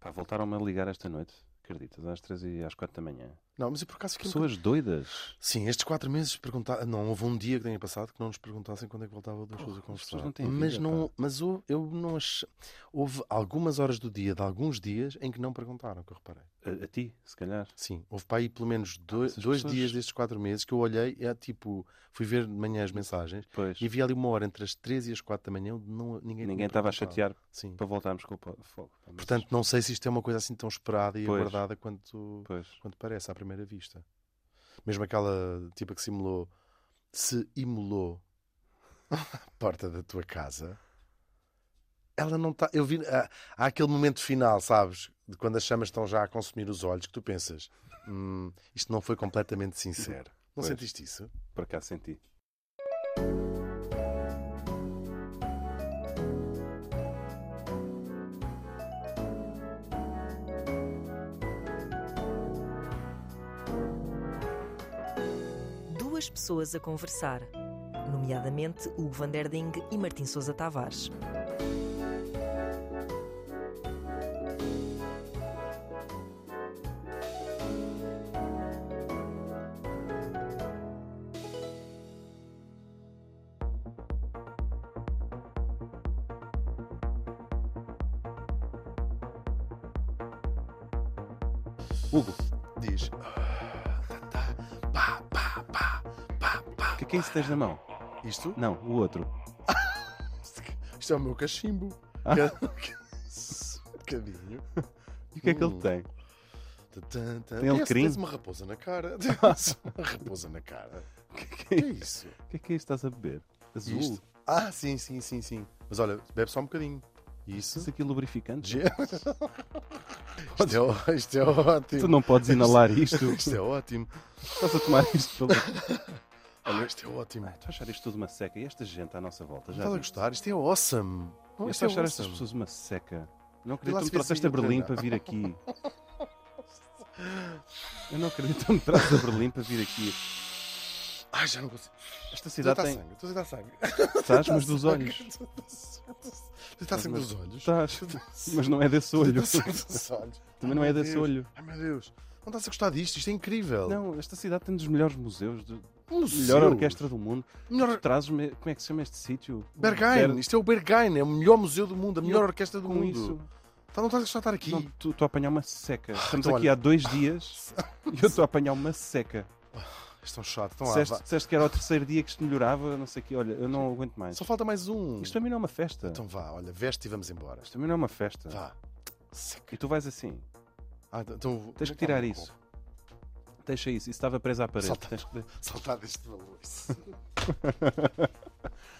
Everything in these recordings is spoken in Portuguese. Pá, voltaram-me a ligar esta noite, acreditas, às 3 e às 4 da manhã. Não, mas eu por acaso fiquei um bocadinho- Pessoas doidas. Sim, estes quatro meses perguntar não houve um dia que tenha passado que não nos perguntassem quando é que voltava duas pessoas a pessoas conversar. não têm mas vida, não, mas hou- eu, não achei. Houve algumas horas do dia, de alguns dias, em que não perguntaram, que eu reparei. A, a ti, se calhar. Sim, houve para aí pelo menos dois, mas as dois pessoas- dias destes quatro meses que eu olhei, é tipo, fui ver de manhã as mensagens Pois. e vi ali uma hora entre as três e as quatro da manhã onde não, ninguém Ninguém tinha estava a perguntado. chatear Sim. para voltarmos com o po- fogo. Pá, mas- Portanto, não sei se isto é uma coisa assim tão esperada e Pois. aguardada quanto, Pois. quanto parece à primeira vista. Mesmo aquela tipo que simulou, se imolou à porta da tua casa, ela não está. Eu vi. Há, há aquele momento final, sabes? De quando as chamas estão já a consumir os olhos, que tu pensas, "Hum, isto não foi completamente sincero. Não Pois. sentiste isso? Por acaso senti. Duas pessoas a conversar, nomeadamente Hugo van der Ding e Martim Sousa Tavares. Hugo, Diz. "Ah, tá, tá, pá, pá, pá, pá, pá." o que é que é isso que tens na mão? Isto? Não, o outro. Isto é o meu cachimbo. Ah. Cadinho. E o que é que Uh. ele tem? Tã, tã. Tem um alecrim? Tens uma raposa na cara. Tens uma raposa na cara. O que é Que que é é, isso? o que é que é isso que estás a beber? Azul. Isto? Ah, sim, sim, sim, sim. Mas olha, bebe só um bocadinho. Isso. Isso aqui é lubrificante? Ge- isto, é, ó- isto é ótimo. Tu não podes inalar isto. Isto é ótimo. Estás a tomar isto pelo. Olha, isto é ótimo. Ai, Estou a achar isto tudo uma seca. E esta gente à nossa volta já. Estás a vi. gostar? Isto é awesome. Eu estou Não, isto a é achar estas awesome. pessoas uma seca. Não Vê acredito que lá me se vê trouxeste a assim, Berlim Brenda. para vir aqui. Eu não acredito que me trazes a Berlim para vir aqui. Ai, já não consigo. Esta Estou a cidade dar tem sangue. Estou a dar sangue. sasmas tá dos olhos. Estou a dar sangue Mas- dos olhos. Estás, tá mas não é desse Estou a olho. dar sangue dos olhos. Também não é Ai, meu desse Deus. olho. Ai meu Deus, não estás a gostar disto? Isto é incrível. Não, esta cidade tem dos melhores museus, da Um melhor museu. orquestra do mundo. Tu Melhor... trazes-me, como é que se chama este sítio? Berghain, Ber- isto é o Berghain, é o melhor museu do mundo, a melhor eu orquestra do com mundo. isso. Então não estás a gostar de estar aqui. Não, tu, tu a apanhar uma seca. Estamos então aqui olha. há dois dias e eu estou a apanhar uma seca. Estão é um chato, estão lá. Disseste, vá. disseste que era o terceiro dia que isto melhorava, não sei o quê. Olha, eu não aguento mais. Só falta mais um. Isto também não é uma festa. Então vá, olha, veste e vamos embora. Isto também não é uma festa. Vá. E tu vais assim. Ah, então, Tens que tirar isso. Deixa isso. Isso estava preso à parede. Salta. Tens que... Saltar deste valor.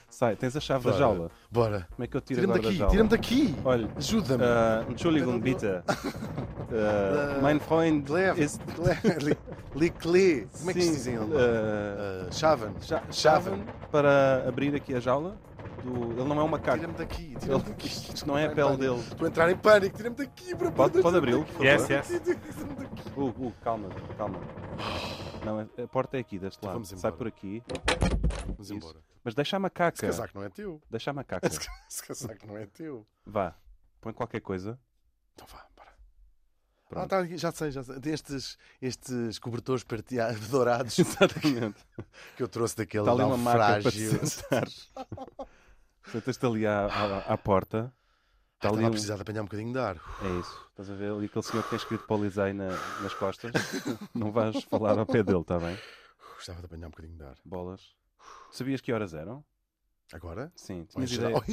Sai, tens a chave da Bora. jaula. Bora. Como é que eu tiro Tira-me agora daqui, da jaula? tira-me daqui. Olha, Ajuda-me. Uh, Entschuldigung, bitte. Uh, Äh, mein Freund Leve. ist. Leve. Licle. Como é que se Sim, dizem em alemão? uh, Ah, Chaven. cha- Chaven. Chaven para abrir aqui a jaula. Do... Ele não é um macaco. Tira-me daqui, tira-me Ele... daqui. Isto não é a pele dele. Estou a entrar em pânico, tira-me daqui, por amor Pode, de Deus, pode abri-lo? Yes, yes. tira-me daqui. Uh, uh, calma, calma. Não, a- a porta é aqui, deste Então lado. vamos Sai embora. por aqui. Vamos embora. Mas deixa a Esse macaca. casaco não é teu. Deixa a macaca. Esse, ca- esse casaco não é teu. Vá. Põe qualquer coisa. Então vá, bora. Ah, Pronto. tá, aqui, já sei, já sei. Tem estes, estes cobertores prateados dourados Exatamente. que eu trouxe daquele Tá Está Tá ali uma marca para naufrágio. te sentar. Sentas-te ali à, à, à porta. Está Ah, ali Estava a um, precisar de apanhar um bocadinho de ar. É isso. Estás a ver ali aquele senhor que tem escrito Polizei na, nas costas? Não vais falar ao pé dele, está bem? Uf, Estava de apanhar um bocadinho de ar. Bolas. Sabias que horas eram? Agora? Sim, Ou em tinhas geral? ideia. ou em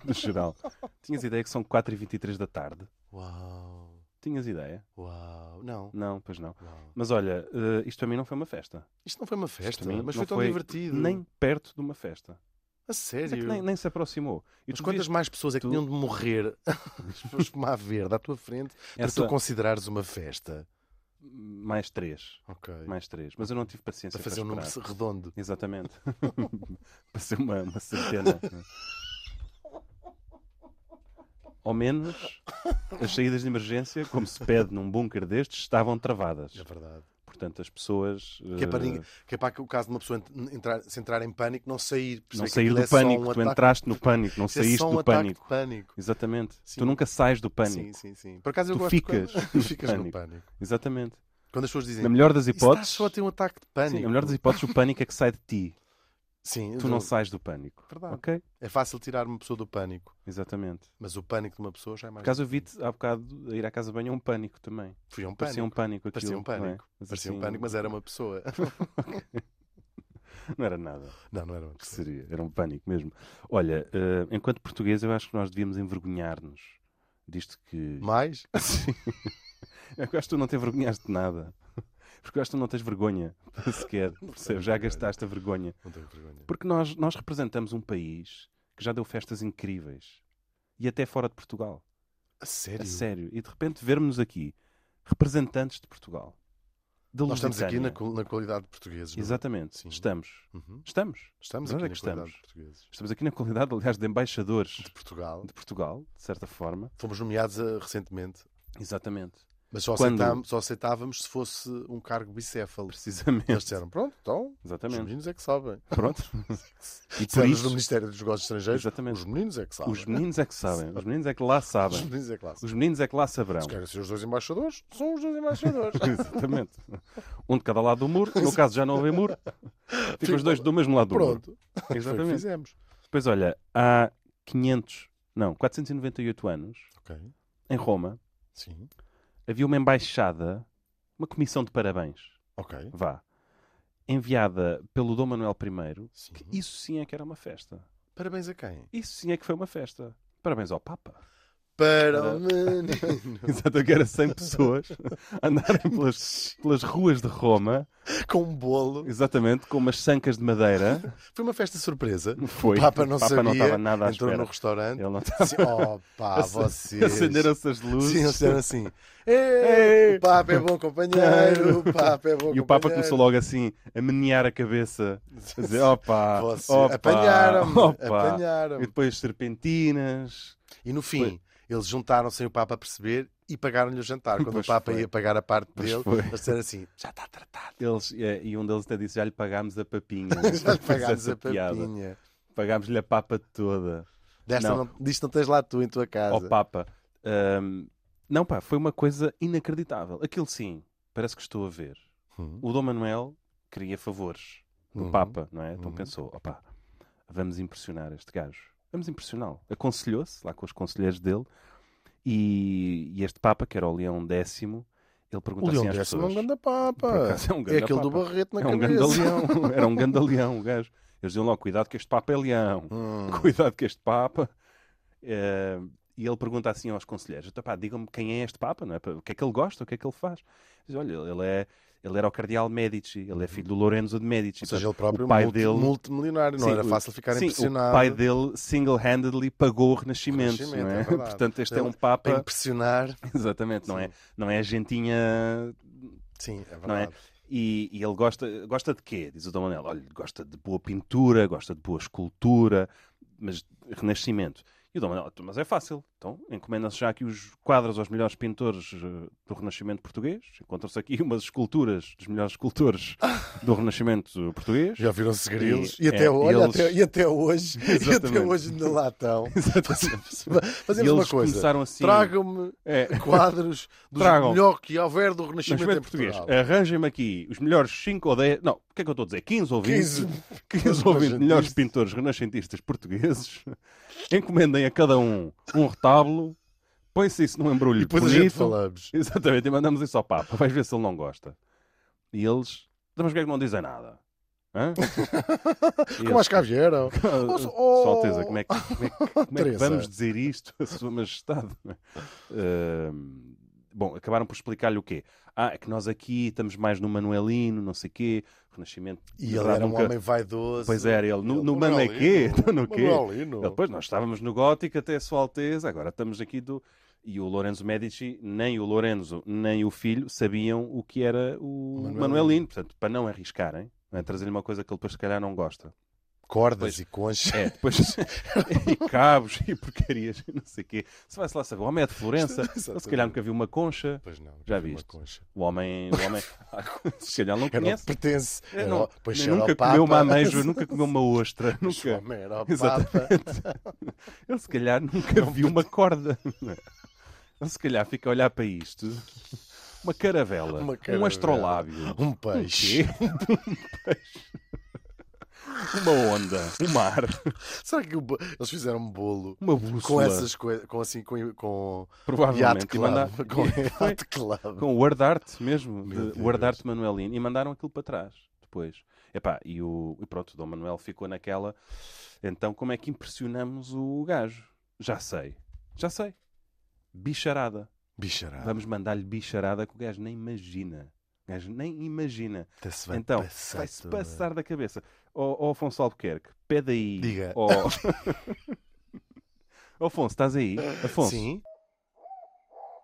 No geral. Tinhas ideia que são 4h23 da tarde? Uau, Tinhas ideia? uau. Não. Não, pois não. Uau. Mas olha, eh, isto para mim não foi uma festa. Isto não foi uma Isto festa, para mim mas não foi tão divertido. Nem perto de uma festa. A Mas é que sério. nem, nem se aproximou. E Mas tu quantas devias- mais pessoas é que tu- tinham de morrer para espumar verde à tua frente para essa... tu considerares uma festa? Mais três. Ok. Mais três. Mas eu não tive paciência Para para, fazer um número esperar. redondo. Exatamente. Para ser uma, uma centena. Ao menos as saídas de emergência, como se pede num bunker destes, estavam travadas. É verdade. Portanto, as pessoas. Que é, para eh, ninguém- que é para que o caso de uma pessoa ent- entrar, se entrar em pânico, não sair. Não perceber que sair aquilo do é só pânico, um tu ataque- entraste no pânico, não isso é saíste só um do ataque pânico. de pânico. Exatamente. Sim. Tu nunca sais do pânico. Sim, sim, sim. Por acaso eu Tu gosto ficas quando... no ficas no pânico. pânico. Exatamente. Quando as pessoas dizem, Na melhor das "Isso está hipóteses, só a ter um ataque de pânico. sim, na melhor das hipóteses, o pânico é que sai de ti. Sim, Tu eu- não sais do pânico. Verdade. Ok? É fácil tirar uma pessoa do pânico, Exatamente. mas o pânico de uma pessoa já é mais. Por acaso eu vi-te há bocado a ir à casa de banho a um pânico também. Fui a um Parecia pânico. um pânico aquilo. Parecia um não é? pânico. Mas Parecia um assim, pânico, mas era uma pessoa. Não era nada. Não, não era uma que pessoa. seria, era um pânico mesmo. Olha, eh, enquanto português, eu acho que nós devíamos envergonhar-nos disto que. Mais? Sim. Eu acho que tu não te envergonhaste de nada. Porque eu acho que tu não tens vergonha sequer. Percebes? Já vergonha. gastaste a vergonha. Não tenho vergonha. Porque nós, nós representamos um país que já deu festas incríveis. E até fora de Portugal. A sério? A sério. E de repente vermos aqui representantes de Portugal. Da Nós estamos aqui na, Lusitânia. qual- na qualidade de portugueses. não é? Exatamente. Sim. Estamos. Uhum. Estamos. Estamos Mas onde aqui é na que qualidade estamos? de portugueses. Estamos aqui na qualidade, aliás, de embaixadores De Portugal. de Portugal, de certa forma. Fomos nomeados ah, recentemente, Exatamente. mas só, Quando? aceitámos, só aceitávamos se fosse um cargo bicéfalo. Eles Precisamente. disseram, pronto, então, os Exatamente. meninos é que sabem. Pronto. E por Disseram-nos no isso, Ministério dos Negócios Estrangeiros, Exatamente. os meninos é que sabem. os meninos é que sabem. Os meninos é que lá Os sabem. meninos é que lá sabem. Os é meninos é que lá saberão. Se querem ser os dois embaixadores, são os dois embaixadores. Exatamente. Um de cada lado do muro. No caso, já não houve muro. Ficam os dois do mesmo lado do muro. Pronto, foi o que Exatamente. fizemos. Pois olha, há 500, não, 498 anos, Ok, em Roma, sim, havia uma embaixada, uma comissão de parabéns, ok, vá, enviada pelo Dom Manuel I. sim. que Isso sim é que era uma festa. Parabéns a quem? Isso sim é que foi uma festa. Parabéns ao Papa. Para o menino. Exato, que era 100 pessoas a andarem pelas, pelas ruas de Roma, Com um bolo. exatamente, com umas sancas de madeira. Foi uma festa surpresa. Foi. O Papa não sabia. estava nada à Entrou espera. no restaurante. Ele não estava. Disse, oh pá, vocês. Acenderam-se as Sim, eles luzes disseram assim. "Ei, Ei. O Papa é bom companheiro, o Papa é e bom companheiro. o Papa começou logo assim a menear a cabeça, a dizer: opa, Vocês opa, apanharam-me, opa." E apanharam-me. depois serpentinas. E no fim, eles juntaram sem o Papa perceber e pagaram-lhe o jantar. Quando Pois o Papa foi. ia pagar a parte Pois dele, foi. eles disseram assim: já está tratado. Eles, eh, e um deles até disse: já lhe pagámos a papinha. Já lhe Fez pagámos essa a piada. papinha. Pagámos-lhe a papa toda. Desta Não. não. disto não tens lá tu em tua casa. Ao papa. Ahm, não, pá, foi uma coisa inacreditável. Aquilo sim, parece que estou a ver. Hum. O Dom Manuel queria favores. do Uhum. Papa, não é? Então Uhum. pensou, opá, vamos impressionar este gajo. Vamos impressioná-lo. Aconselhou-se lá com os conselheiros dele e, e este Papa, que era o Leão X, ele O perguntou Leão assim às Décimo é um pessoas... grande Por Papa. acaso é um É ganda aquele do Papa. barreto na É um cabeça. gandaleão. Era um gandaleão o gajo. Eles diziam logo, cuidado que este Papa é leão. Hum. Cuidado que este Papa... Eh, e ele pergunta assim aos conselheiros, "Então, pá, digam-me quem é este Papa, não é? O que é que ele gosta, o que é que ele faz? Diz, olha, ele é... Ele era o cardeal Medici, ele é filho do Lorenzo de Medici. Uhum. Ou seja, Portanto, ele próprio o pai multi, dele- multimilionário. Não Sim, era o- fácil ficar Sim, impressionado. o pai dele single-handedly pagou o Renascimento, Renascimento, não é é? verdade. Portanto, este é Ele- um Para Papa, impressionar. exatamente, não é, não é a gentinha Sim, é verdade. Não é? e, e ele gosta, gosta de quê? Diz o Dom Manuel, olha, gosta de boa pintura, gosta de boa escultura, mas Renascimento. E o Dom Manuel, mas é fácil, então encomenda-se já aqui os quadros aos melhores pintores eh, do Renascimento português, encontram-se aqui umas esculturas dos melhores escultores do Renascimento português. Já viram-se grilos. E, E- até, é, olha, eles- até- e até hoje, e até Exatamente. hoje ainda lá estão. E Fazemos eles uma coisa. começaram assim... Tragam-me é, quadros do Tragam. melhor que houver do Renascimento Nascimento em português. É, Portugal. Arranjem-me aqui os melhores 5 ou 10. Não, o que é que eu estou a dizer? 15 ou 20. 15. 15 ou 20 melhores Renascentistas. pintores renascentistas portugueses. Encomendem a cada um um retábulo. Põe-se isso num embrulho E depois bonito. a gente falamos. Exatamente, e mandamos isso ao Papa. Vais ver se ele não gosta. E eles. Mas porquê é que não dizem nada? Hã? E Como eles- as cá vieram. Oh, Oh, Alteza, como é que, como é que- como é que Teresa. vamos dizer isto a Sua Majestade? não é? Ahm, bom, acabaram por explicar-lhe o quê? Ah, é que nós aqui estamos mais no Manuelino, não sei quê, Renascimento. E na ele verdade, era um nunca- homem vaidoso. um Pois era, ele no, no Mano é Manuelino, quê? Então, no quê? Manuelino. Ele, Pois nós estávamos no Gótico até a Sua Alteza, agora estamos aqui do. E o Lorenzo Medici, nem o Lorenzo, nem o filho sabiam o que era o Manuelino. Manuelino. Portanto, para não arriscarem, não é? trazer-lhe uma coisa que ele depois se calhar não gosta. cordas Pois. e conchas. É, depois e cabos e porcarias, e não sei o quê. Se vai-se lá saber, o homem é de Florença, ele se calhar nunca viu uma concha. Pois não, Já vi uma viste. concha. O homem, o homem se calhar não Eu não conhece. pertence. Eu Era não- o- pois nem era o nunca Papa. comeu uma ameijo, nunca comeu uma ostra. Pois o Nunca. homem era o Papa. Exatamente. Ele se calhar nunca viu uma corda. Ele se calhar fica a olhar para isto. Uma caravela, Uma um caravela. astrolábio, Um peixe. uma onda, um mar, Será que o bo- eles fizeram um bolo uma bússola. com essas coisas, com assim, com, com Yacht provavelmente. e Club? mandar- Com e foi Yacht Club. com o Word Art mesmo, Meu de Word Art Deus. Manuelino, e mandaram aquilo para trás depois. Epá, e, o, e pronto, o Dom Manuel ficou naquela. Então, como é que impressionamos o gajo? Já sei, já sei. Bicharada. Bicharada. Vamos mandar-lhe bicharada que o gajo nem imagina. O gajo nem imagina. Até é? se vai então, passar vai-se toda. passar da cabeça. Ó ó Afonso Albuquerque, pede aí. Diga. ó- Afonso, estás aí? Afonso, Sim?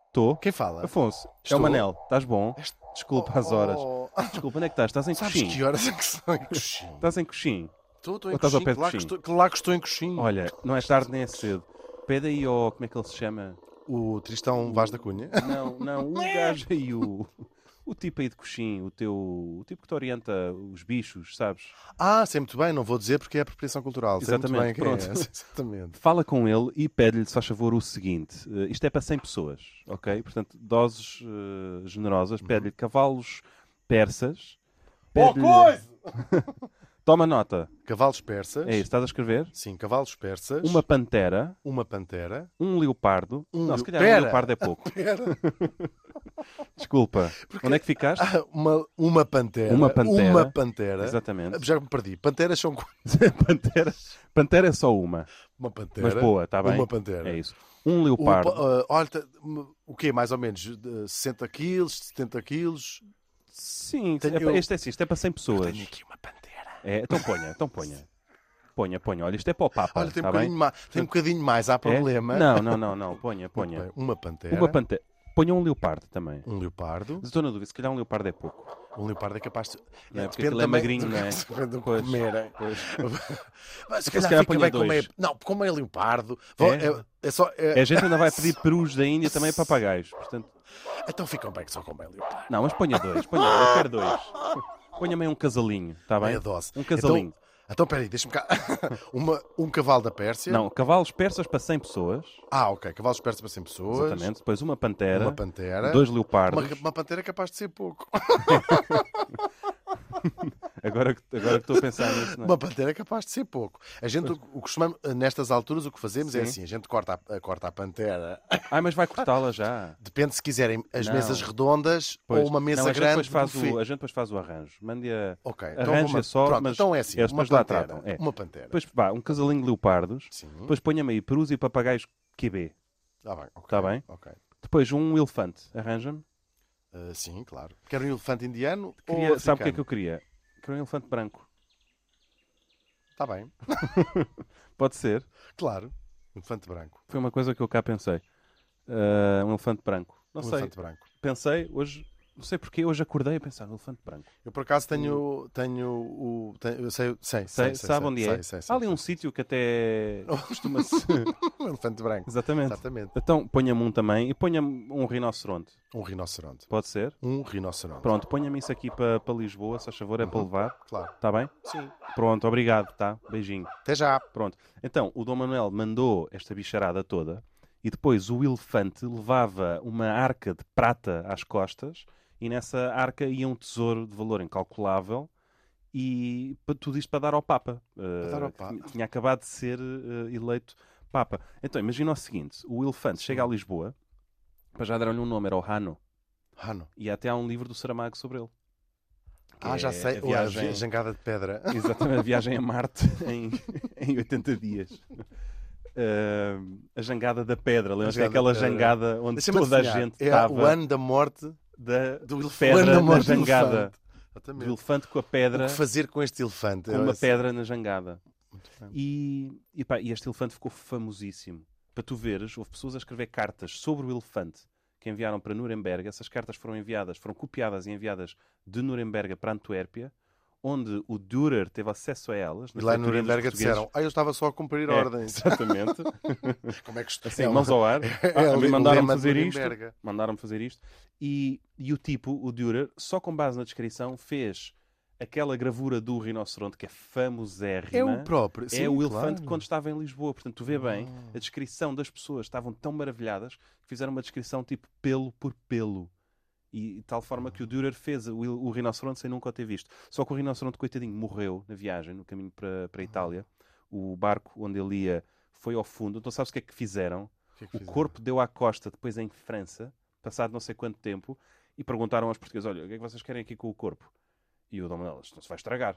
estou. Quem fala? Afonso, é Estou. o Manel, estás bom? Est- Desculpa as horas. Oh, Desculpa, onde é que estás? Estás em Sabes coxim? que horas é que são em coxim? Estás em coxim? Estou estou Ou em estás ao coxim, pé de claro que coxim? estou- claro que estou em coxim. Olha, não é tarde nem é cedo. Pede aí ao. Como é que ele se chama? O Tristão Vaz da Cunha. Não, não, o gajo aí, o. O tipo aí de coxim, o teu. O tipo que te orienta os bichos, sabes? Ah, sei muito bem, não vou dizer porque é apropriação cultural. Sei muito bem Exatamente, quem é. pronto. Exatamente. Fala com ele e pede-lhe, se faz favor, o seguinte: eh, isto é para 100 pessoas, ok? Portanto, doses eh, generosas. Uhum. Pede-lhe cavalos persas. Pede-lhe- Toma nota. Cavalos persas. É isso, estás a escrever? Sim, cavalos persas. Uma pantera, uma pantera. um leopardo. Um não, se leo- calhar um Pera! leopardo é pouco. Desculpa. Onde é que ficaste? Ah, é? uma, uma pantera. Uma pantera. Uma pantera. Exatamente. Já me perdi. Panteras são qu- pantera, pantera é só uma, uma pantera. mas boa, está bem? Uma pantera. É isso. Um O, leopardo, pa- ah, olha, tá- m- o quê? Mais ou menos de 60 quilos, 70 quilos. sim, Tenho- é, pa- eu- este é assim, isto é para 100 pessoas. aqui uma pantera. É, então ponha, então ponha. Ponha, ponha. Olha, isto é para o Papa, Olha, tem um, está bem? bocadinho mais, tem um bocadinho mais. Há É? problema. Não, não, não, não, ponha, Muito ponha. bem, Uma pantera. Uma pantera. Ponha um leopardo também. Um leopardo. Estou na dúvida, se calhar um leopardo é pouco. Um leopardo é capaz de. Não é? Porque depende aquilo é também magrinho, do que- não é? depende do que Pois. comerem. Mas se Então, se calhar calhar fica ponha bem como é. dois. Não, como é leopardo. vão- É? É, é só, é- A gente ainda vai pedir perus da Índia também para papagaios. Portanto, Então ficam bem só como é leopardo. não, mas ponha dois, ponha dois, eu quero dois. Ponha meio um casalinho, está bem? É a dose. Um casalinho. Então, então peraí, deixa-me cá. Uma, um cavalo da Pérsia. Não, cavalos persas para 100 pessoas. Ah, ok. Cavalos persas para 100 pessoas. Exatamente. Depois uma pantera, Uma pantera. dois Uma, leopardos. uma pantera é capaz de ser pouco. é? Agora, que- agora que estou a pensar nisso, não é? Uma pantera é capaz de ser pouco. A gente, o, o que costumamos, eh, nestas alturas, o que fazemos é Sim. assim: a gente corta a, corta a pantera. Ai, mas vai cortá-la já. Depende se quiserem as Não. mesas redondas Pois. ou uma mesa não, a gente grande. depois faz buffet. o, A gente depois faz o arranjo. Mande-a. Ok, então Arranja vou- só, pronto, mas então é assim, é, uma depois lá pantera, tratam, é. uma pantera. Depois vá, um casalinho de leopardos. Sim, Depois ponha-me aí perus e papagaios QB. tá bem. ok, Tá bem? ok. Depois um elefante. Arranja-me. Ah, sim, claro. Quer um elefante indiano Queria- ou Sabe o que é que eu queria? Queria um elefante branco. Está Tá bem, Pode ser. claro. Elefante branco. Foi uma coisa que eu cá pensei. Ah, um elefante branco. Não um sei. elefante branco. Pensei hoje. Não sei porquê. Hoje acordei a pensar no elefante branco. Eu por acaso tenho, tenho o... Tenho, eu sei, sei, Hum. Sei, sei, sei, sabe sei, onde sei, é? sei, sei, Há ali um sítio que até costuma-se. um elefante branco. Exatamente. Exatamente. Então ponha-me um também e ponha-me um rinoceronte. Um rinoceronte. Pode ser? Um rinoceronte. Pronto, ponha-me isso aqui para para Lisboa, se faz favor, é para levar. Claro. Está bem? Sim. Pronto, obrigado, tá? Beijinho. Até já. Pronto. Então, o Dom Manuel mandou esta bicharada toda e depois o elefante levava uma arca de prata às costas e nessa arca ia um tesouro de valor incalculável e pa- tudo isto para dar ao Papa. eh, dar ao que Papa. tinha- Tinha acabado de ser eh, eleito Papa. Então, imagina o seguinte, o elefante chega a Lisboa, para já deram-lhe um nome, era o Hano, Ah, não. e até há um livro do Saramago sobre ele. Que Ah, já é sei. A Ou A viagem, jangada de pedra. Exatamente, a viagem a Marte em, em 80 dias. Ahm, a jangada da pedra, lembra-se que é A jangada aquela da pedra. jangada onde Deixa-me toda a adivinhar, gente É o estava ano da morte da do elefante. O ano pedra da na morte do jangada. elefante. Do Exatamente. elefante com a O pedra, que fazer com este elefante? É com Eu- uma pedra na jangada. bem. E, e, pá, e este elefante ficou famosíssimo. Para tu veres, houve pessoas a escrever cartas sobre o elefante que enviaram para Nuremberg. Essas cartas foram enviadas, foram copiadas e enviadas de Nuremberg para Antuérpia, onde o Dürer teve acesso a elas. E nas lá em leituras dos Nuremberg portugueses. disseram, ah, eu estava só a cumprir É, ordens. Exatamente. Como é que isto Assim, é? mãos ao ar. É, Ah, a mim o mandaram lema de fazer isto. Nuremberg. mandaram-me fazer isto. E, e o tipo, o Dürer, só com base na descrição, fez aquela gravura do rinoceronte que é É famosérrima. o próprio. É Sim, o claro. elefante quando estava em Lisboa. Portanto, tu vê bem, Ah. a descrição das pessoas estavam tão maravilhadas que fizeram uma descrição tipo pelo por pelo. E de tal forma Ah. que o Dürer fez o, o rinoceronte sem nunca o ter visto. Só que o rinoceronte, coitadinho, morreu na viagem, no caminho para, Ah. para a Itália. O barco onde ele ia foi ao fundo. Então sabes o que é que fizeram? que é que O fizeram? corpo deu à costa depois em França, passado não sei quanto tempo, e perguntaram aos portugueses: Olha, o que é que vocês querem aqui com o corpo? E o Dom Manuel, isto não se vai estragar.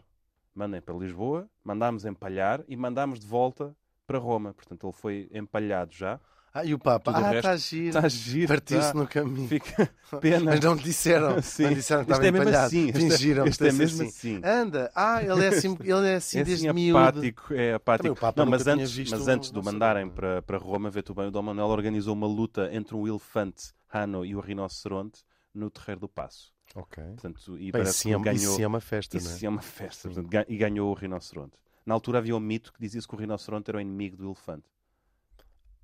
Mandem para Lisboa, mandámos empalhar e mandámos de volta para Roma. Portanto, ele foi empalhado já. Ah, e o Papa. Tudo o Ah, resto está giro. Está giro. Partiu-se tá. no caminho. Fica pena. Mas não lhe disseram. Sim. Não disseram que Isto estava é mesmo empalhado. assim, isto é- Fingiram. isto é isto é mesmo assim. Anda. Ah, ele é assim, ele é assim É desde assim, miúdo. apático, é apático. Também o Papa não, mas nunca tinha antes, visto mas um antes de o rinoceronte. mandarem para, para Roma, vê tu bem, o Dom Manuel organizou uma luta entre um elefante Hano e o rinoceronte no Terreiro do Passo. Ok. Portanto, e Bem, parece isso que é, ele ganhou... isso é uma festa, Isso não é? sim é uma festa. portanto, ga- e ganhou o rinoceronte. Na altura havia um mito que dizia-se que o rinoceronte era o inimigo do elefante.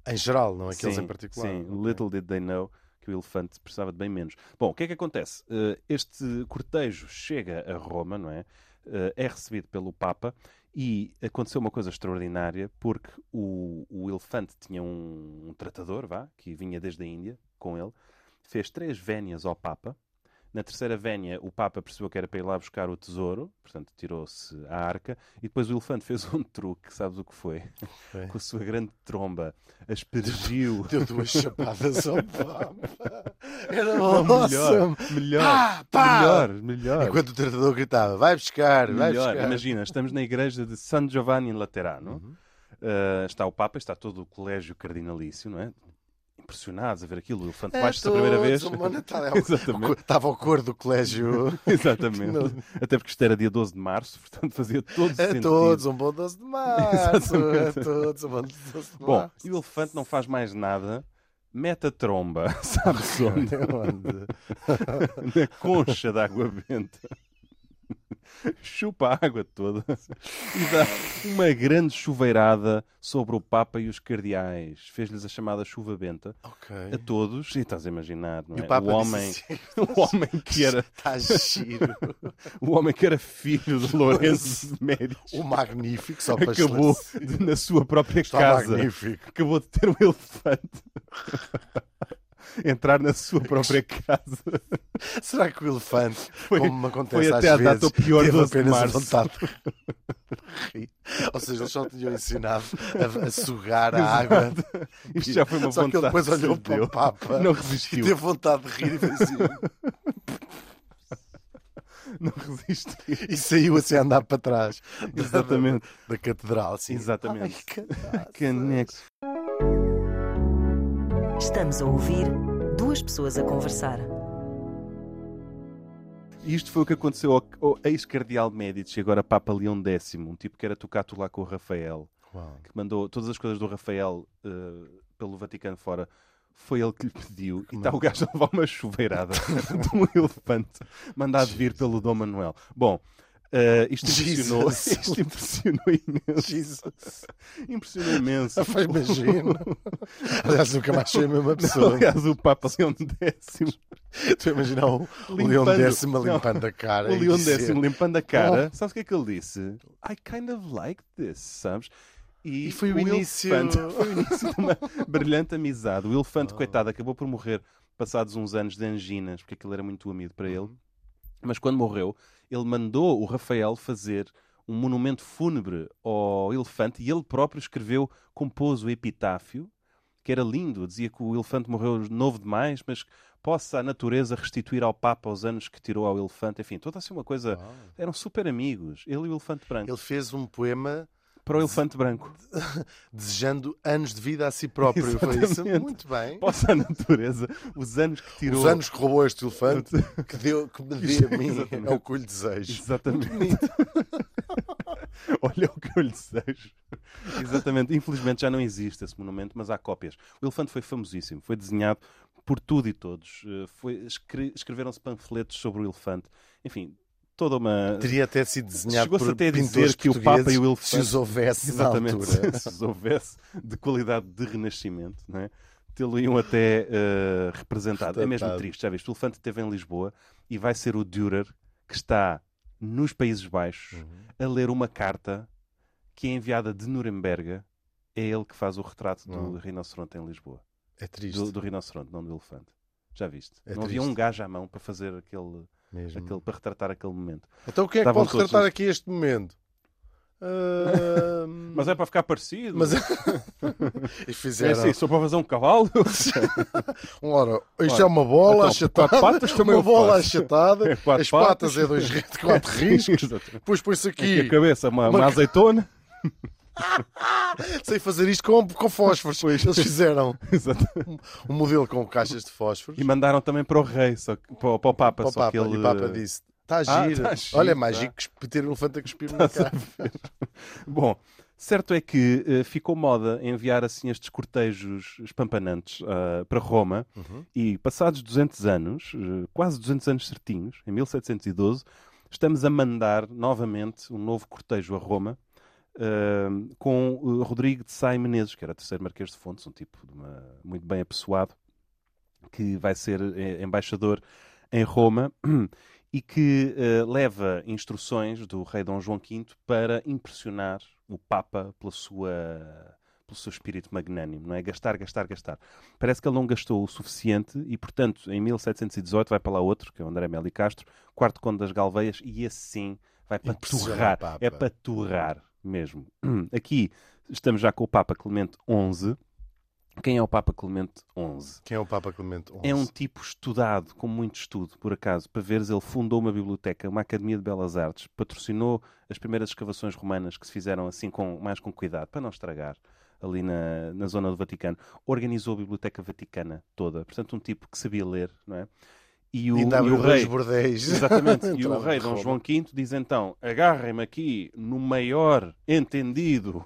Em geral, não é? aqueles sim, em particular. Sim, Ok. little did they know que o elefante precisava de bem menos. Bom, o que é que acontece? Eh, Este cortejo chega a Roma, não é? Eh, É recebido pelo Papa e aconteceu uma coisa extraordinária porque o, o elefante tinha um, um tratador, vá, que vinha desde a Índia com ele, fez três vénias ao Papa. Na terceira vénia, o Papa percebeu que era para ir lá buscar o tesouro, portanto, tirou-se a arca. E depois o elefante fez um truque, sabes o que foi? Foi. Com a sua grande tromba, aspergiu. Deu duas chapadas ao Papa. Era Não, awesome. melhor, melhor, Pá, pá. É melhor, melhor. Enquanto o tratador gritava, vai buscar, vai Melhor. buscar. Imagina, estamos na igreja de San Giovanni in Laterano. Uhum. Uh, está o Papa, está todo o colégio cardinalício, não é? Impressionados a ver aquilo. O elefante É baixa-se a primeira todos, vez. o meu Natal é o- Exatamente. Estava ao cor do colégio Exatamente. Até porque isto era dia 12 de março, portanto fazia todo o a sentido. todos, um bom 12 de março. Exatamente. A todos, um bom 12 de Bom, março. e o elefante não faz mais nada, mete a tromba, sabes onde? Até onde? na concha da água benta. Chupa a água toda e dá uma grande chuveirada sobre o Papa e os cardeais. Fez-lhes a chamada chuva benta Ok. a É todos. E estás a imaginar, não E é? o Papa homem, disse assim, o homem que era, Está giro. o homem que era filho de Lourenço de Médici O magnífico, só para acabou esclarecer. de- na sua própria Está casa magnífico. acabou de ter um elefante entrar na sua própria casa. Será que o elefante, como me acontece foi às até à vezes, data o pior teve 12 de apenas março? vontade de rir? Ou seja, eles só tinham ensinado a, a sugar a água. Isto já foi uma Ah, Só que ele vontade depois que se olhou para deu. o Papa Não e resistiu. teve vontade de rir e fez assim. Não resistiu. E saiu assim a andar para trás da- Exatamente. da, da catedral. Assim. Exatamente. Ai, caraças. Canecos. Estamos a ouvir duas pessoas a conversar. E isto foi o que aconteceu ao, ao ex-cardeal Médici, agora Papa Leão X, um tipo que era tocato lá com o Rafael, Uau. que mandou todas as coisas do Rafael eh, pelo Vaticano fora. Foi ele que lhe pediu. E está o gajo a levar uma chuveirada de um elefante mandado vir pelo Dom Manuel. Bom, eh, isto impressionou, Jesus. isto impressionou imenso. Jesus. Impressionou imenso. Ah, foi, imagino. Aliás, nunca mais foi a mesma pessoa. Aliás, o Papa Leão X Estou a imaginar o, o Leão é. Limpando. X limpando a cara. O e Leon dizer, décimo limpando a cara, sabes o que é que ele disse? I kind of like this, sabes? E foi o início- elefante- foi o início Oh. de uma brilhante amizade. O elefante, coitado, acabou por morrer passados uns anos de anginas, porque aquilo era muito úmido para ele. Mas quando morreu, ele mandou o Rafael fazer um monumento fúnebre ao elefante e ele próprio escreveu, compôs o epitáfio, que era lindo. Dizia que o elefante morreu novo demais, mas que possa a natureza restituir ao Papa os anos que tirou ao elefante. Enfim, toda assim uma coisa. "Ah." Eram super amigos, ele e o elefante branco. Ele fez um poema Para o elefante branco. desejando anos de vida a si próprio. Foi isso? Exatamente. Muito bem. Possa a natureza os anos que tirou. Os anos que roubou este elefante que, deu, que me dê a mim Exatamente. é o que eu lhe desejo. Exatamente. Olha o que eu lhe desejo. Exatamente. Infelizmente já não existe esse monumento, mas há cópias. O elefante foi famosíssimo, foi desenhado por tudo e todos. Eh, foi- escre- Escreveram-se panfletos sobre o elefante. Enfim, toda uma. Teria até sido desenhado Chegou-se por até a dizer pintores que o Papa e o portugueses, Se elefante- os houvesse Exatamente, na altura. se os houvesse de qualidade de renascimento, não é? tê-lo-iam até eh, representado. É mesmo Retratado. triste, já viste? O Elefante esteve em Lisboa e vai ser o Dürer que está nos Países Baixos Uhum. a ler uma carta que é enviada de Nuremberg. É ele que faz o retrato do Não. rinoceronte em Lisboa. É triste. Do, do rinoceronte, não do elefante. Já viste? É não havia um triste. gajo à mão para fazer aquele, mesmo. aquele para retratar aquele momento. Então o que é que Estavam pode todos- retratar aqui este momento? Ahm, Mas é para ficar parecido. Hum. Mas- é E fizeram. assim, só para fazer um cavalo. Ora, isto Ora, é uma bola então, achatada. quatro patas também uma eu bola faço. achatada. É quatro as patas, patas. é dois ri- quatro riscos. Exatamente. Depois põe-se Aqui a aqui. cabeça, uma, Uma uma azeitona. Sei fazer isto com, com fósforos. Eles fizeram Exato. um modelo com caixas de fósforos. E mandaram também para o rei, só que, para, o- para o Papa. Para o só Papa, que ele... E o Papa disse: Está Ah, giro. tá giro, Olha, é tá. mais giro que ter um elefante a cuspir na cara. Bom, certo é que eh, ficou moda enviar assim estes cortejos espampanantes ah, para Roma Uhum. e passados 200 anos, eh, quase 200 anos certinhos, em 1712, estamos a mandar novamente um novo cortejo a Roma ah, com eh, Rodrigo de Sá e Menezes, que era terceiro Marquês de Fontes, um tipo de uma- muito bem apessoado, que vai ser eh, embaixador em Roma e que eh, leva instruções do rei Dom João V para impressionar o Papa pela sua, pelo seu espírito magnânimo, não é? Gastar, gastar, gastar. Parece que ele não gastou o suficiente e, portanto, em 1718 vai para lá outro, que é o André Meli Castro, quarto conde das Galveias, e assim vai para Impressiona o turrar. Papa. É para turrar mesmo. Aqui estamos já com o Papa Clemente XI. Quem é o Papa Clemente XI? Quem é o Papa Clemente XI? É um tipo estudado, com muito estudo, por acaso. Para veres, ele fundou uma biblioteca, uma academia de belas artes, patrocinou as primeiras escavações romanas que se fizeram assim, com, mais com cuidado, para não estragar, ali na, na zona do Vaticano. Organizou a biblioteca vaticana toda. Portanto, um tipo que sabia ler, não é? E o, E ainda e o abriu dois rei. bordéis. Exatamente. E o Entrava rei de Dom roupa. João V diz então: agarrem-me aqui no maior entendido,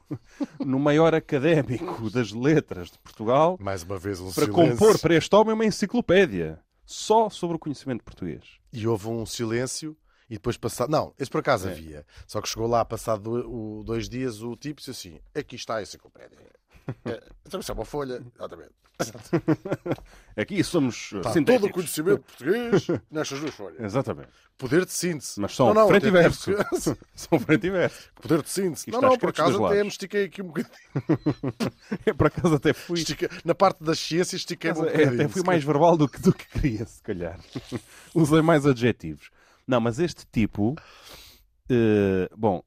no maior académico das letras de Portugal, Mais uma vez um para silêncio. compor para este homem uma enciclopédia só sobre o conhecimento português. E houve um silêncio e depois passado. Não, esse por acaso É. havia. Só que chegou lá, passado do- o- dois dias, o tipo disse assim: aqui está a enciclopédia. É, Então isso é uma folha, exatamente. Aqui somos uh, Está todo o sintéticos. conhecimento português nestas duas folhas. Exatamente. Poder de síntese. Mas são Não, não, frente e até- até verso. porque- São frente e verso. Poder de síntese. Aqui Não, está não, por escrito dos acaso até lados. me estiquei aqui um bocadinho. Eu, por acaso até fui. Estica- Na parte das ciências estiquei um Mas, é, bocadinho. até fui mais verbal do que, do que queria, se calhar. Usei mais adjetivos. Não, mas este tipo. eh, bom,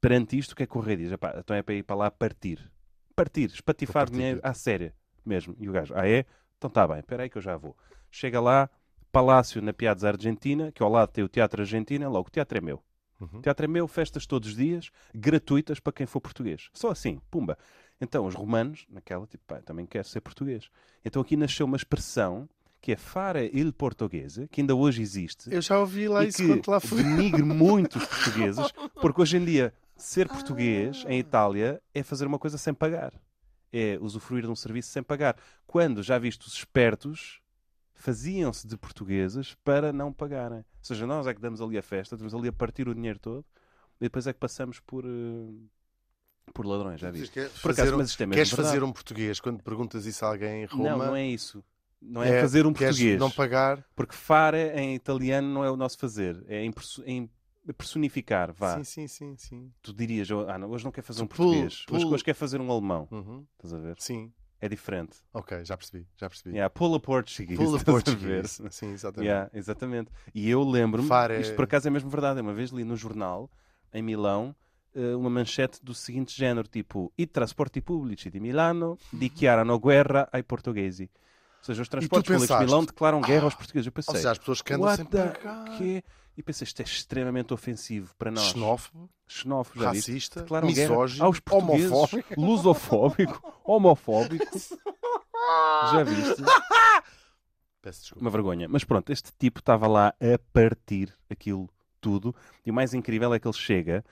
perante isto, o que é que o rei diz? Epá, então é para ir para lá partir. Partir, espatifar Vou partir dinheiro tudo. à séria mesmo. E o gajo, ah é? Então está bem, espera aí que eu já vou. Chega lá, Palácio na Piazza Argentina, que ao lado tem o Teatro Argentina, logo o teatro é meu. Uhum. O teatro é meu, festas todos os dias, gratuitas para quem for português. Só assim, pumba. Então os romanos, naquela, tipo, pá, eu também quero ser português. Então aqui nasceu uma expressão que é fare il portoghese, que ainda hoje existe Eu já ouvi lá e isso que quando lá Oh. fui. denigre muito os portugueses, porque hoje em dia ser Ah. português em Itália é fazer uma coisa sem pagar. É usufruir de um serviço sem pagar. Quando, já viste, os espertos faziam-se de portugueses para não pagarem. Ou seja, nós é que damos ali a festa, estamos ali a partir o dinheiro todo e depois é que passamos por, eh, por ladrões, já viste? Quer Por fazer acaso, um- mas isto é mesmo Queres verdade. fazer um português? Quando perguntas isso a alguém em Roma, Não, não é isso. Não é, fazer um queres português. não pagar? Porque fare em italiano não é o nosso fazer. É em perso- em personificar, vá. Sim, sim, sim, sim. tu dirias, "Oh, ah, não, hoje não quer fazer um Pull, português, hoje, pull. hoje quer fazer um alemão, Uhum. estás a ver? Sim, É diferente. ok, já percebi, já percebi. Yeah, pull a português. Pula estás a ver? português. Sim, exatamente. Yeah, exatamente. E eu lembro-me, Fare- isto por acaso é mesmo verdade, eu uma vez li no jornal, em Milão, eh, uma manchete do seguinte género, tipo, i trasporti pubblici di Milano dichiarano guerra ai portoghesi. Ou seja, os transportes públicos de pensaste, Milão declaram guerra "Ah, aos portugueses. Eu Ou pensei, seja, as pessoas que andam what sem the pagar. quê? E pensei, isto é extremamente ofensivo para nós. Xenófobo, Xenófobo, já viste? racista, Declaram guerra misógino, aos portugueses, homofóbico. lusofóbico, homofóbico. Já viste? Peço desculpa. Uma vergonha. Mas pronto, este tipo estava lá a partir aquilo tudo. E o mais incrível é que ele chega.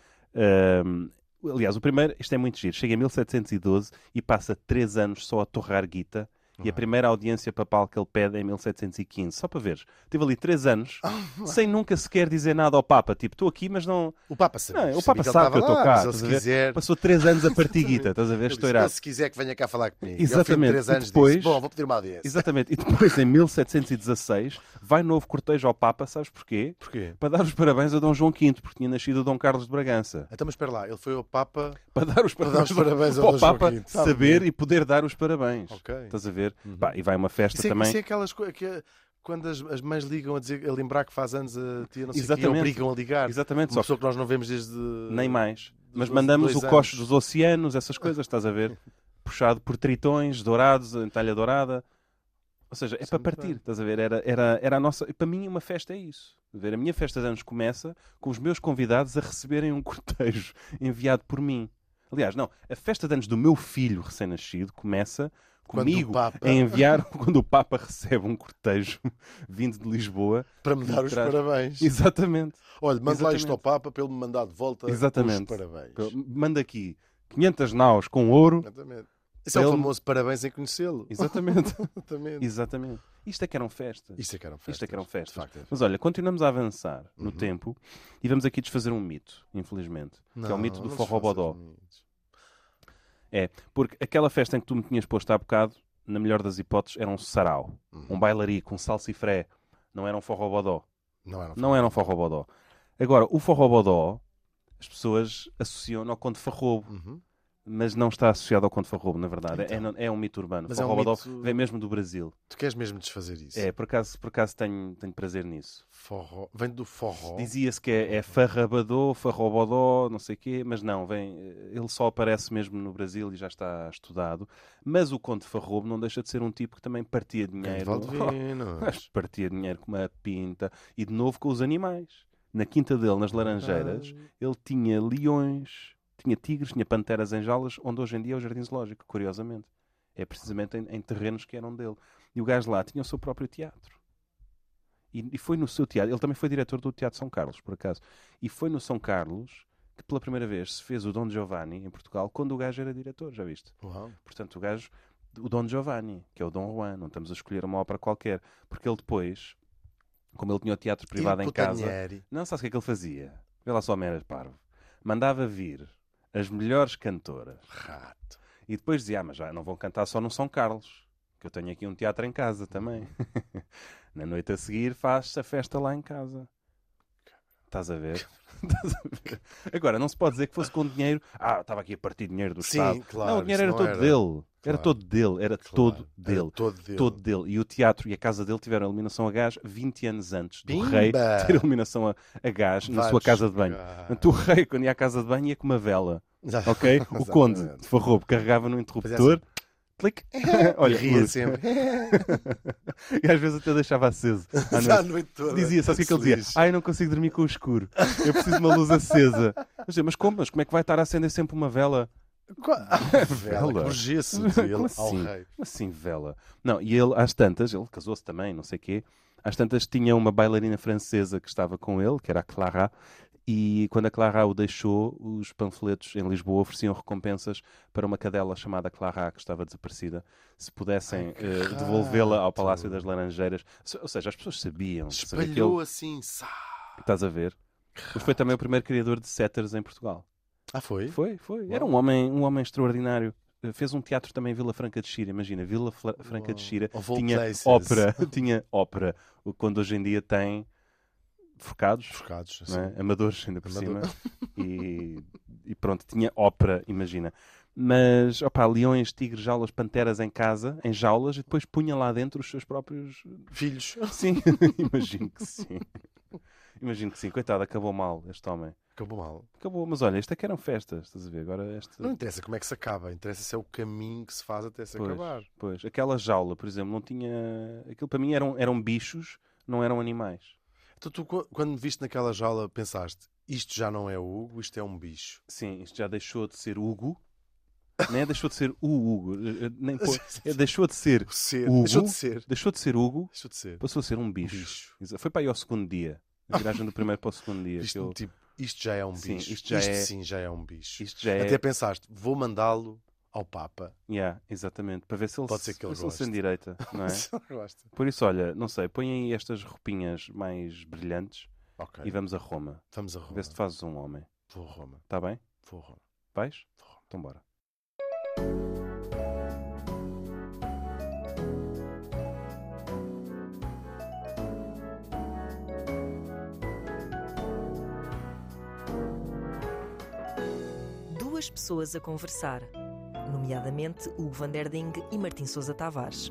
hum, aliás, o primeiro, isto é muito giro, chega em 1712 e passa três anos só a torrar guita E a primeira audiência papal que ele pede é em 1715, só para veres. Teve ali três anos, Ah, sem nunca sequer dizer nada ao Papa. Tipo, estou aqui, mas não. O Papa sabe. Não, o percebi Papa ele sabe estava que eu estou lá, cá, mas ele estás se a ver? quiser. Passou três anos a partiguita, estás a ver? Ele disse, Estourado. "Ele se quiser que venha cá falar comigo. Exatamente. E ao fim de três E anos depois- disse, bom, vou pedir uma audiência. Exatamente. E depois, em 1716, vai novo cortejo ao Papa, sabes porquê? Porquê? Para dar os parabéns a Dom João V, porque tinha nascido o Dom Carlos de Bragança. Então, mas espera lá, ele foi ao Papa. Para dar os Para dar parabéns, os parabéns ao para o Dom João Papa V. Tá saber bem. e poder dar os parabéns. Ok. Uhum. Estás a ver? Pá, e vai uma festa Isso é, Uhum. também. isso é aquelas coisas que quando as, as mães ligam a, dizer, a lembrar que faz anos a tia, não sei o quê, Exatamente. obrigam a ligar. Exatamente, Uma só pessoa que nós não vemos desde. nem mais. Mas dois- mandamos dois o coche anos. dos oceanos, essas coisas, estás a ver? Puxado por tritões dourados, em talha dourada. Ou seja, é Isso para é muito partir, bem. estás a ver? Era, era, era a nossa. e Para mim, uma festa é isso. Estás A ver? A minha festa de anos começa com os meus convidados a receberem um cortejo enviado por mim. Aliás, não, a festa de anos do meu filho recém-nascido começa Quando o comigo Papa- a enviar quando o Papa recebe um cortejo vindo de Lisboa. Para me dar os Traz- parabéns. Exatamente. Olha, manda lá isto Exatamente. ao Papa para ele me mandar de volta Exatamente. os parabéns. Pelo- Manda aqui 500 naus com ouro. Exatamente. Esse é o Ele- famoso parabéns em conhecê-lo. Exatamente. Exatamente. Exatamente. Isto é que eram festas. Isto é que eram festas. Isto é que eram festas. De facto, é. Mas olha, continuamos a avançar no Uhum. tempo e vamos aqui desfazer um mito, infelizmente. que é o Não, mito do não um se forró faça bodó. mitos. Porque aquela festa em que tu me tinhas posto há bocado, na melhor das hipóteses, era um sarau, um Uhum. bailarico, um salsifré. Não era um forrobodó. Não era um Não era um forrobodó. Agora, o forrobodó, as pessoas associam ao conto de farrobo. forró. Uhum. mas não está associado ao Conto Farrobo, na verdade. É- é, é um mito urbano. Mas é um Forró Bodó mito- vem mesmo do Brasil. Tu queres mesmo desfazer isso? É, por acaso, por acaso tenho, tenho prazer nisso. Forró. Vem do forró. Dizia-se que é, é farrabadó, farrobodó, não sei quê, mas não, vem, ele só aparece mesmo no Brasil e já está estudado. Mas o Conto Farrobo não deixa de ser um tipo que também partia Quem dinheiro. Valdivinos. Mas partia dinheiro com uma pinta e de novo com os animais. Na quinta dele, nas Laranjeiras, ele tinha leões, tinha tigres, tinha panteras em jaulas, onde hoje em dia é o Jardim Zoológico, curiosamente. É precisamente em, em terrenos que eram dele. E o gajo lá tinha o seu próprio teatro. E, e foi no seu teatro, ele também foi diretor do Teatro São Carlos, por acaso. E foi no São Carlos que pela primeira vez se fez o Dom Giovanni em Portugal, quando o gajo era diretor, já viste? Ah, Uau. Portanto, o gajo, o Dom Giovanni, que é o Dom Juan, não estamos a escolher uma ópera qualquer, porque ele depois, como ele tinha o teatro privado Il em casa, Puttanieri. não sabes o que é que ele fazia? Vê lá só, meras parvo. Mandava vir as melhores cantoras Rato. e depois dizia, ah, mas já não vão cantar só no São Carlos, que eu tenho aqui um teatro em casa também. Hum. Na noite a seguir faz-se a festa lá em casa. Estás a ver? Estás a ver? Agora, não se pode dizer que fosse com dinheiro. Ah, estava aqui a partir dinheiro do Sim, Estado. claro, não, o dinheiro era isso todo não era. dele. Era Claro. todo dele. Era Claro. todo Era dele. Todo dele. Todo dele. E o teatro e a casa dele tiveram iluminação a gás 20 anos antes do Pimba! rei ter iluminação a, a gás na Vai sua casa de banho. buscar. Portanto, o rei, quando ia à casa de banho, ia com uma vela. Exato. Ok? O conde Exatamente. de farrobo carregava no interruptor. Clique. Olha, Olha, ria luz. sempre. E às vezes até deixava aceso. à Já a noite. noite toda. Dizia, sabe o que é que ele Feliz. dizia? Ah, eu não consigo dormir com o escuro. Eu preciso de uma luz acesa. Eu dizia, mas como? Mas como é que vai estar a acender sempre uma vela? Qua- Ah, Vela, Vela. que urgência, dizia ele Como ao assim? rei. Como assim, vela? Não, e ele, às tantas, ele casou-se também, não sei quê. Às tantas tinha uma bailarina francesa que estava com ele, que era a Clara, e quando a Clara o deixou, os panfletos em Lisboa ofereciam recompensas para uma cadela chamada Clara, que estava desaparecida, se pudessem Ai, que eh, devolvê-la ao rato. Palácio das Laranjeiras. Se- Ou seja, as pessoas sabiam. sabiam que Espalhou assim, sá. ele- Estás a ver? Mas foi também o primeiro criador de setters em Portugal. Ah, foi? Foi, foi. Uau. Era um homem, um homem extraordinário. Eh, Fez um teatro também em Vila Franca de Xira, imagina, Vila Fla- Franca de Uau. Xira Of all tinha places. ópera, tinha ópera, o- quando hoje em dia tem forcados, Forcados, assim. não é? amadores ainda por Amador. cima, e, e pronto, tinha ópera, imagina. Mas, opá, leões, tigres, jaulas, panteras em casa, em jaulas, e depois punha lá dentro os seus próprios... assim. Filhos. Sim, imagino que sim. Imagino que sim. Coitado, acabou mal este homem. Acabou mal. Acabou, mas olha, isto é que eram festas, estás a ver? Agora este... Não interessa como é que se acaba, interessa se é o caminho que se faz até se Pois, acabar. Pois, aquela jaula, por exemplo, não tinha. Aquilo para mim eram, eram bichos, não eram animais. Então, tu, qu- quando me viste naquela jaula, pensaste: isto já não é o Hugo, isto é um bicho. Sim, isto já deixou de ser Hugo, né? deixou de ser o Hugo, eh, eh, nem pô- eh, deixou de ser, O ser. Hugo? Deixou de ser. deixou de ser Hugo, Deixou de ser. passou a ser um bicho. Bicho. Exa- Foi para aí ao segundo dia, a viragem do primeiro para o segundo dia. que Isto, eu- tipo, isto já é um Sim, bicho. isto já é- sim já é um bicho. Isto já é. Até pensaste: vou mandá-lo ao Papa. Yeah, exatamente. Para ver se ele, Pode ser que ele se, ele se goste. endireita, não é? Se ele gosta. Por isso, olha, não sei, põe aí estas roupinhas mais brilhantes Ok. e vamos a Roma. Vamos a Roma. Vê se te fazes um homem. Vou a Roma. Está bem? Vou a Roma. Vais? Vou a Roma. Então bora. Duas pessoas a conversar, nomeadamente Hugo Van Der Ding e Martim Sousa Tavares.